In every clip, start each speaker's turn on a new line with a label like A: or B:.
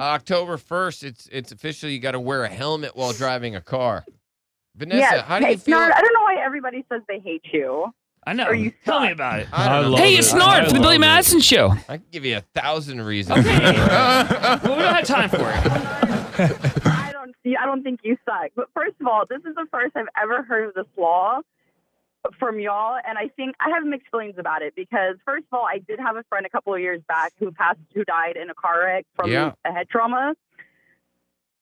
A: October first, it's it's official. You got to wear a helmet while driving a car. Vanessa,
B: yes.
A: how do you
B: Hey,
A: feel?
B: Snart, I don't know why everybody says they hate you.
C: I know.
B: Or you
C: Tell me
B: suck.
C: about it.
A: I don't know.
D: love
C: Hey,
D: it.
C: it's
D: I
C: Nard from the
D: love
C: Billy
D: it.
C: Madison Show.
A: I can give you a thousand reasons. Uh,
C: Well, we don't have time for it.
B: I don't see. I don't think you suck. But first of all, this is the first I've ever heard of this law from y'all, and I think I have mixed feelings about it because first of all, I did have a friend a couple of years back who passed, who died in a car wreck from
A: Yeah.
B: a head trauma.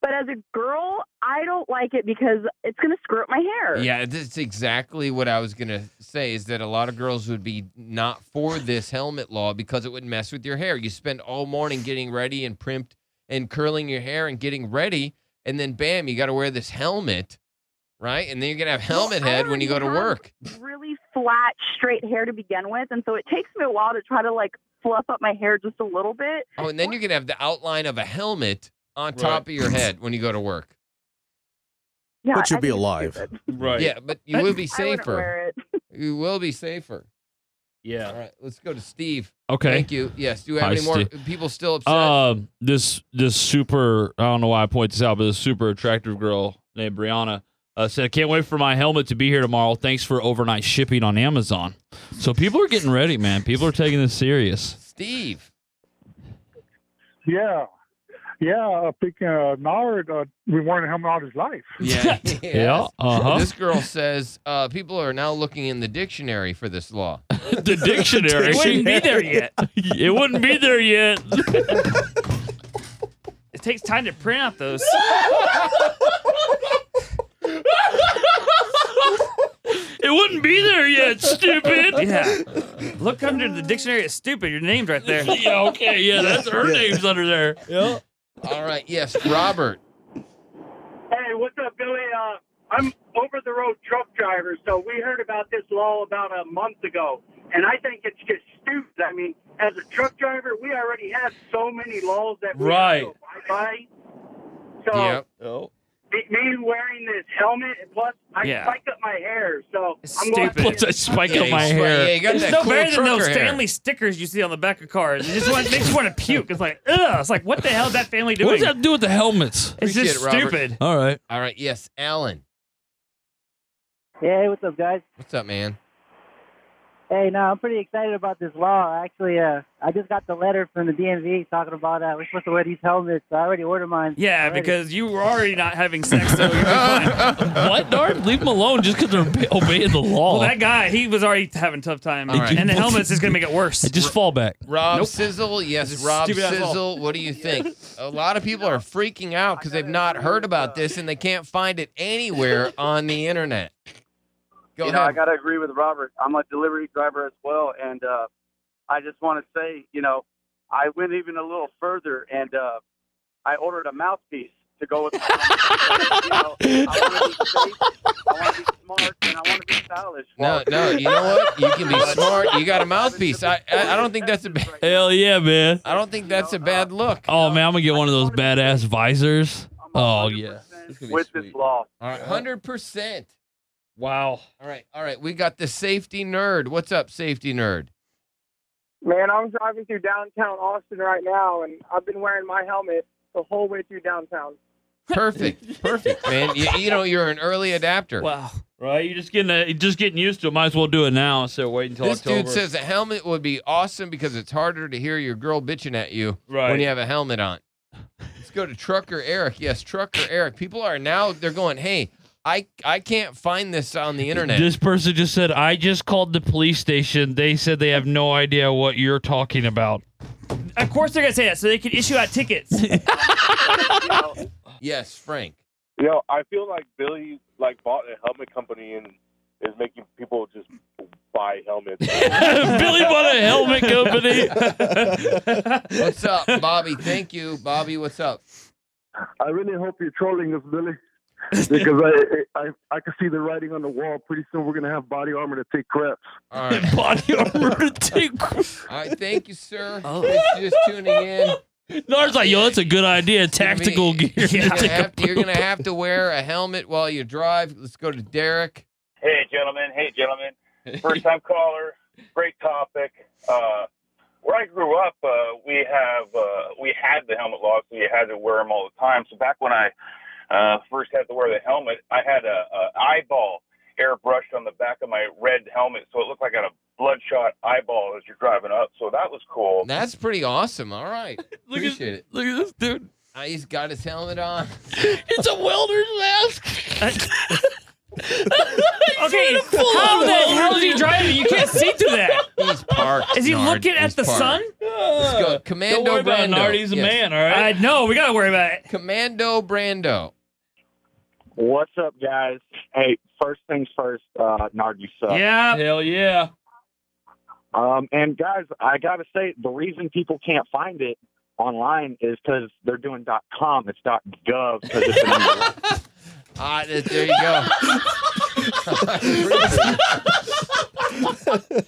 B: But as a girl, I don't like it because it's going to screw up my hair.
A: Yeah, that's exactly what I was gonna say. Is that a lot of girls would be not for this helmet law because it would mess with your hair. You spend all morning getting ready and primped and curling your hair and getting ready, and then bam, you got to wear this helmet, right? And then you're gonna have helmet
B: Well, I
A: head when you go to
B: already have
A: work.
B: really flat, straight hair to begin with, and so it takes me a while to try to like fluff up my hair just a little bit.
A: Oh, and then you're gonna have the outline of a helmet on
D: Right.
A: top of your head when you go to work.
B: Yeah,
D: But you'll
B: I
D: be
B: think it's
D: alive.
B: stupid.
D: Right.
A: Yeah, but you will be
B: I wouldn't
A: safer.
B: wear it.
A: You will be safer. All
D: Yeah.
A: right, let's go to Steve.
E: Okay.
A: Thank you. Yes. Do you have
E: Hi,
A: any more people still upset?
E: Um, this this super I don't know why I point this out, but this super attractive girl named Brianna uh, said, "I can't wait for my helmet to be here tomorrow. Thanks for overnight shipping on Amazon." So people are getting ready, man. People are taking this serious.
A: Steve.
F: Yeah. Yeah, uh, picking uh, Nard, uh, we wanted him all his life.
A: Yeah.
E: Yeah. Uh huh.
A: This girl says uh, people are now looking in the dictionary for this law.
E: the dictionary.
C: It wouldn't be there yet.
E: it wouldn't be there yet.
C: It takes time to print out those.
E: It wouldn't be there yet. Stupid.
C: Yeah. Look under the dictionary. It's stupid. Your name's right there.
E: Yeah. Okay. Yeah. That's her name's under there. Yeah.
A: All right. Yes, Robert.
G: Hey, what's up, Billy? Uh, I'm over the road truck driver, so we heard about this law about a month ago, and I think it's just stupid. I mean, as a truck driver, we already have so many laws that we
E: Right.
G: have to abide by. So
A: Yep.
D: Oh.
G: me- me wearing this helmet, and plus I
C: Yeah.
G: spike up my hair, so
C: It's
G: I'm going
C: stupid.
E: Plus I
G: to
E: spike
A: Yeah,
E: up my
A: he's like,
E: hair.
A: Yeah, you got
C: It's
A: that
C: no
A: cool
C: better than those
A: trucker hair.
C: family stickers you see on the back of cars. It just want, makes you want to puke. It's like, ugh. It's like, what the hell is that family doing?
E: What does that do with the helmets?
C: it's
A: Appreciate
C: just
A: it, Robert.
C: stupid.
E: All right.
A: All right. Yes, Alan.
H: Hey, what's up, guys?
A: What's up, man?
H: Hey, no, I'm pretty excited about this law. Actually, uh, I just got the letter from the DMV talking about uh, we're supposed to wear these helmets. I already ordered mine.
C: Yeah,
H: already.
C: because you were already not having sex, so you're fine.
E: What, Nard? Leave them alone just because they're obe- obeying the law.
C: Well, that guy, he was already having a tough time,
A: All right.
C: and the helmet's just gonna make it worse.
E: just fall back.
A: Rob Sizzle. Yes,
C: This
A: Rob
C: stupid-ass law.
A: Sizzle. What do you think? A lot of people are freaking out because they've not heard about this and they can't find it anywhere on the internet. Go
I: you know, I
A: ahead.
I: got to agree with Robert. I'm a delivery driver as well, and uh, I just want to say, you know, I went even a little further, and uh, I ordered a mouthpiece to go with. My you know, I want to be safe, I want to be smart, and I want to be stylish.
A: No,
I: Well,
A: no. You know what? You can be smart. You got a mouthpiece. I, I, I don't think that's a. Ba-
E: Hell yeah, man.
A: I don't think that's a bad
I: uh,
A: look.
E: Oh, man, I'm going to get one of those badass visors.
I: I'm
E: Oh, yeah.
I: 100%
D: This is gonna be
I: With this
D: sweet.
I: law,
A: All right, hundred percent.
E: Wow.
A: All right, all right. We got the safety nerd. What's up, safety nerd?
G: Man, I'm driving through downtown Austin right now, and I've been wearing my helmet the whole way through downtown.
A: Perfect, perfect, man. You, you know you're an early adapter.
C: wow.
E: Right? You're just getting uh, just getting used to it. Might as well do it now instead of waiting until
A: this
E: October.
A: dude says a helmet would be awesome because it's harder to hear your girl bitching at you
E: right.
A: when you have a helmet on. Let's go to Trucker Eric. Yes, Trucker Eric. People are now they're going, hey, I I can't find this on the internet.
E: This person just said, I just called the police station. They said they have no idea what you're talking about.
C: Of course they're gonna say that, so they can issue out tickets.
I: you know,
A: yes, Frank.
J: Yo, I feel like Billy like bought a helmet company and is making people just buy helmets.
E: Billy bought a helmet company.
A: What's up, Bobby? Thank you, Bobby. What's up?
F: I really hope you're trolling us, Billy, because I, I I can see the writing on the wall. Pretty soon we're gonna have body armor to take craps.
A: All right.
E: Body armor to take
A: All right, thank you, sir.
C: Oh.
A: Thanks for just tuning in.
E: Nard's like, yo, that's a good idea. Tactical
A: You're gonna-
E: gear. to
A: You're gonna,
E: take a
A: have to, you're gonna have to wear a helmet while you drive. Let's go to Derek.
J: hey, gentlemen. Hey, gentlemen. First time caller. Great topic. Uh, where I grew up, uh, we have uh, we had the helmet laws, so you had to wear them all the time. So back when I uh, first had to wear the helmet, I had a, a eyeball airbrushed on the back of my red helmet, so it looked like I had a bloodshot eyeball as you're driving up. So that was cool.
A: That's pretty awesome. All right.
E: Look at-
A: Appreciate it.
E: Look at this dude.
A: Uh, he's got his helmet on.
E: It's a welder's mask.
C: Okay, how the hell is he driving? You can't see through that.
A: He's parked.
C: Is he
A: Nard.
C: looking at
A: He's
C: the
A: parked.
C: sun?
A: Let's go.
E: Uh, Don't
A: Commando
E: worry about
A: Brando.
E: it, Nard. He's a
A: Yes.
E: man, all right?
C: I know. Uh, We gotta worry about it.
A: Commando Brando.
I: What's up, guys? Hey, first things first, uh, Nard, you suck.
C: Yeah.
E: Hell yeah.
I: Um, and guys, I gotta say, the reason people can't find it online is because they're doing .com. It's .gov. 'cause it's an umbrella.
A: Ah, th- there you go.